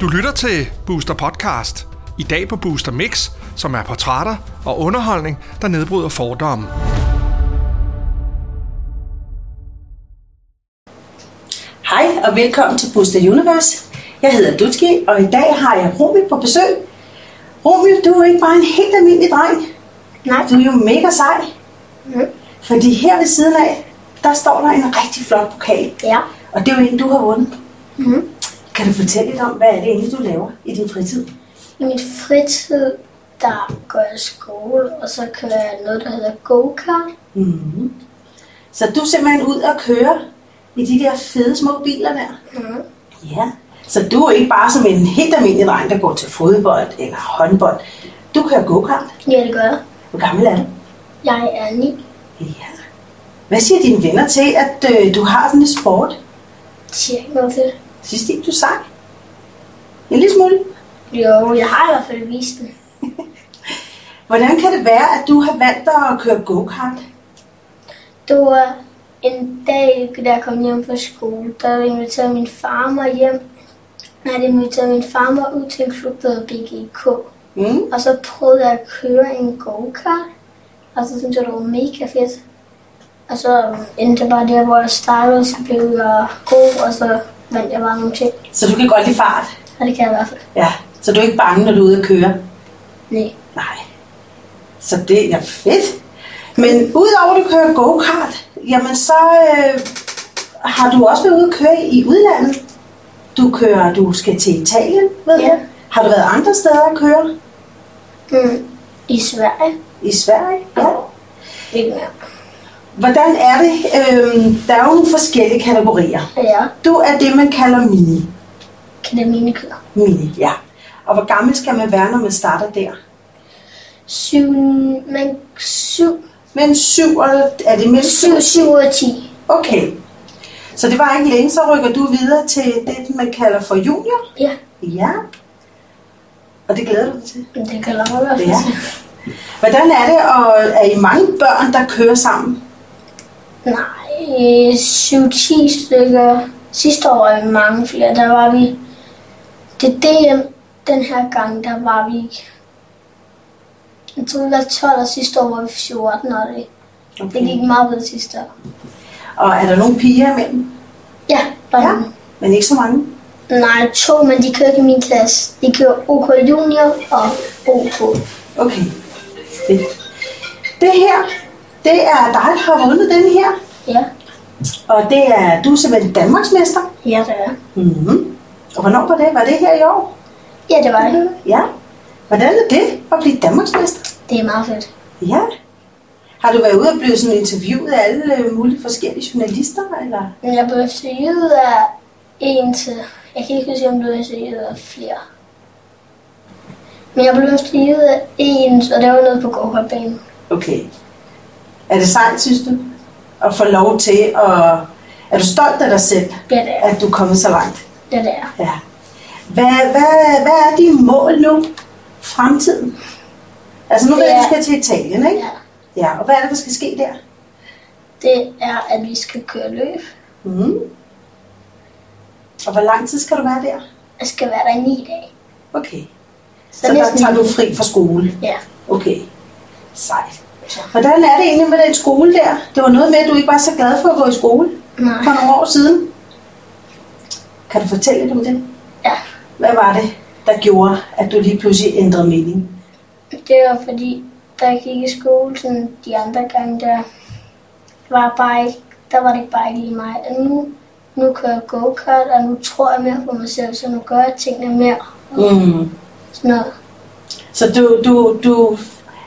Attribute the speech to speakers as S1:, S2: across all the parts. S1: Du lytter til Booster Podcast. I dag på Booster Mix, som er portrætter og underholdning, der nedbryder fordomme.
S2: Hej og velkommen til Booster Universe. Jeg hedder Dutski, og i dag har jeg Romil på besøg. Romil, du er ikke bare en helt almindelig dreng.
S3: Nej.
S2: Du er jo mega sej.
S3: Mm.
S2: Fordi her ved siden af, der står der en rigtig flot pokal.
S3: Ja.
S2: Og det er jo en, du har vundet.
S3: Mm.
S2: Kan du fortælle lidt om, hvad er det egentlig, du laver i din fritid?
S3: I mit fritid, der går jeg i skole, og så kører jeg noget, der hedder go-kart.
S2: Mm-hmm. Så du er simpelthen ud og køre i de der fede små biler der?
S3: Mm.
S2: Ja. Så du er ikke bare som en helt almindelig dreng, der går til fodbold eller håndbold. Du kører go-kart.
S3: Ja, det gør jeg.
S2: Hvor gammel er du?
S3: Jeg er ni.
S2: Ja. Hvad siger dine venner til, at øh, du har sådan lidt sport?
S3: De Siger ikke noget til det.
S2: Synes de ikke, du er sej? En lille smule.
S3: Jo, jeg har i hvert fald vist det.
S2: Hvordan kan det være, at du har valgt at køre go-kart?
S3: Det var en dag, da jeg kom hjem fra skole, der inviterede min farmor hjem. Nej, det inviterede min farmor ud til en klub, der hedder BGK.
S2: Mm.
S3: Og så prøvede jeg at køre en go-kart, og så syntes jeg, det var mega fedt. Og så øhm, endte jeg bare der, hvor jeg startede, så blev jeg god, og så vandt jeg bare nogle ting.
S2: Så du kan godt lide fart?
S3: Og det kan jeg i hvert fald.
S2: Ja. Så du er ikke bange, når du er ude at køre?
S3: Nej.
S2: Nej. Så det er fedt. Men udover at du kører go-kart, jamen så øh, har du også været ude at køre i udlandet. Du kører, du skal til Italien, ved
S3: Ja.
S2: jeg. Har du været andre steder at køre?
S3: Mm. I Sverige?
S2: I Sverige? Ja.
S3: Ikke mere.
S2: Hvordan er det? Øhm, der er jo nogle forskellige kategorier.
S3: Og jeg
S2: Du er det, man kalder mini.
S3: kan det mine køer.
S2: Mini, ja. Og hvor gammel skal man være, når man starter der?
S3: Syv, men syv,
S2: Mellem 7 og... Er det mellem 7
S3: syv, syv og ti.
S2: Okay. Så det var ikke længe, så rykker du videre til det, man kalder for junior.
S3: Ja,
S2: Ja. Og det glæder du dig til.
S3: men det kan lave i hvert fald.
S2: Ja. Hvordan er det, og er I mange børn, der kører sammen?
S3: Nej, 7-10 stykker. Sidste år er vi mange flere. Der var vi... Det er DM. Den her gang, der var vi... Jeg tror, vi var 12, og sidste år var vi 14, og det, det gik meget bedre sidste år.
S2: Og er der nogle piger imellem?
S3: Ja, der ja.
S2: Men ikke så mange?
S3: Nej, to, men de kører ikke i min klasse. De kører OK Junior og OK.
S2: Okay. Det, det her, det er dig, der har vundet den her.
S3: Ja,
S2: Og det er, du er simpelthen Danmarksmester.
S3: ja det er.
S2: Mm-hmm. Og hvornår var det? Var det her i år?
S3: Ja, det var det.
S2: Ja. Hvordan er det at blive Danmarksmester?
S3: Det er meget fedt.
S2: Ja. Har du været ude og blive sådan interviewet af alle øh, mulige forskellige journalister? Eller?
S3: Men jeg blev interviewet af en til... Jeg kan ikke huske, om jeg blev interviewet af flere. Men jeg blev interviewet af en, og det var noget på gårdbanen.
S2: Okay. Er det sejt, synes du? At få lov til at... Er du stolt af dig selv,
S3: Ja, det er.
S2: at du er kommet så langt?
S3: Ja, det er.
S2: Ja. Hvad, hvad, hvad er dine mål nu? Fremtiden? Altså nu ved jeg, at du skal til Italien, ikke?
S3: Ja.
S2: Ja, og hvad er det, der skal ske der?
S3: Det er, at vi skal køre løb.
S2: Mm. Og hvor lang tid skal du være der?
S3: Jeg skal være der i ni dage.
S2: Okay.
S3: Så
S2: Så der
S3: næsten-
S2: tager du fri fra skole?
S3: Ja.
S2: Okay. Sejt. Hvordan er det egentlig med den skole der? Det var noget med, at du ikke var så glad for at gå i skole for
S3: Nej.
S2: nogle år siden. Kan du fortælle lidt om det?
S3: Ja.
S2: Hvad var det, der gjorde, at du lige pludselig ændrede mening?
S3: Det var fordi, da jeg gik i skole, sådan de andre gange, der var, bare ikke, der var det ikke bare ikke lige mig. Og nu, nu kører jeg go-kart, og nu tror jeg mere på mig selv, så nu gør jeg tingene mere.
S2: Mm.
S3: Sådan noget.
S2: Så du, du, du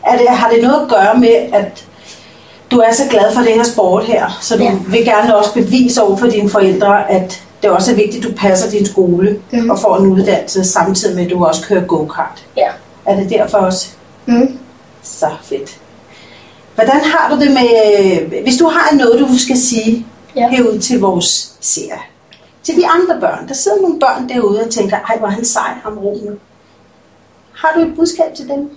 S2: er det, har det noget at gøre med, at du er så glad for det her sport her, så du
S3: Ja.
S2: ja. vil gerne også bevise over for dine forældre, at det også er vigtigt, at du passer din skole
S3: Mhm.
S2: mm. og får en uddannelse, samtidig med, at du også kører go-kart.
S3: Ja.
S2: Er det derfor også
S3: Mm.
S2: så fedt? Hvordan har du det med, øh, hvis du har noget, du skal sige
S3: Ja.
S2: ja. herude til vores serie, til de andre børn, der sidder nogle børn derude og tænker, ej, hvor er han sej, ham Rune. Har du et budskab til dem?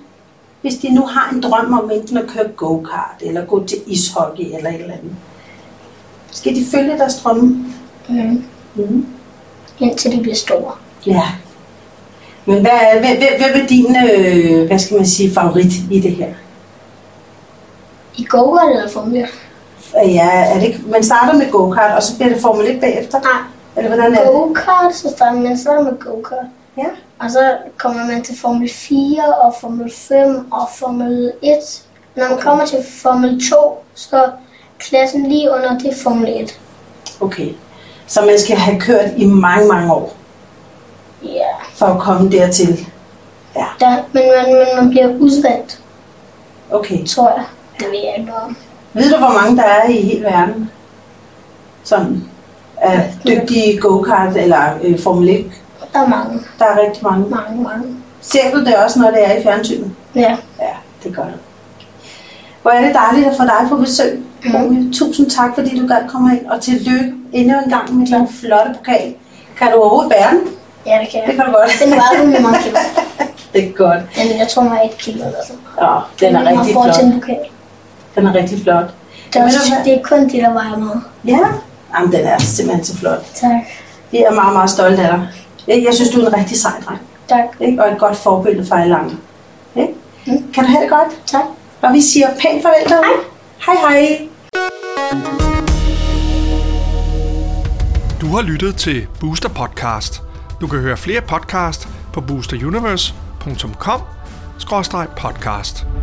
S2: Hvis de nu har en drøm om enten at køre go-kart, eller gå til ishockey, eller et eller andet. Skal de følge deres drømme?
S3: Mm.
S2: Mm. Mm.
S3: indtil de bliver store.
S2: Ja. Men hvad, er- hvem, hvem, hvem er din, øh, hvad skal man sige, favorit i det her?
S3: I go eller formler?
S2: Øh, Ja, er det, ikke- man starter med go-kart, og så bliver det Formel 1 bagefter?
S3: Nej,
S2: Eller hvordan er det?
S3: go-kart, så starter man så med go-kart.
S2: Ja.
S3: Og så kommer man til Formel 4 og Formel 5 og Formel 1. Når man kommer til Formel 2, så klassen lige under det er Formel 1.
S2: Okay. Så man skal have kørt i mange, mange år,
S3: Ja.
S2: for at komme dertil.
S3: Der, men man, man, man bliver udvalgt,
S2: Okay.
S3: tror jeg. Det ved jeg ikke noget om.
S2: Ved du, hvor mange der er i hele verden? Sådan af dygtige go-kart eller øh, Formel 1.
S3: Der er mange,
S2: Der er rigtig mange.
S3: mange, mange.
S2: Ser du det også, når det er i fjernsynet?
S3: Ja,
S2: Ja, det gør du. Hvor er det dejligt at få dig på besøg.
S3: Mm.
S2: Mm. Tusind tak, fordi du gad komme ind, og tillykke endnu en gang med din flotte pokal. Kan du overhovedet bære den?
S3: ja det kan
S2: Det
S3: jeg.
S2: kan du godt.
S3: Den var kun mange kilo.
S2: Det er godt.
S3: Den, jeg tror, den var et kilo eller sådan.
S2: Ja, den er rigtig
S3: flot.
S2: flot.
S3: Den pokal.
S2: Den er rigtig flot.
S3: Det er,
S2: Ved
S3: også,
S2: du hvad?
S3: det er kun det, der vejer meget.
S2: Ja, Jamen, den er simpelthen så flot.
S3: Tak.
S2: Vi er meget, meget stolte af dig. Jeg, jeg synes, du er en rigtig sej dreng.
S3: Tak.
S2: ikke? og et godt forbillede for alle andre. Ikke?
S3: Mm.
S2: Kan du have det godt?
S3: Tak.
S2: Og vi siger pænt farvel derude. Hej hej.
S1: Du har lyttet til Booster Podcast. Du kan høre flere podcast på boosteruniverse.com/podcast.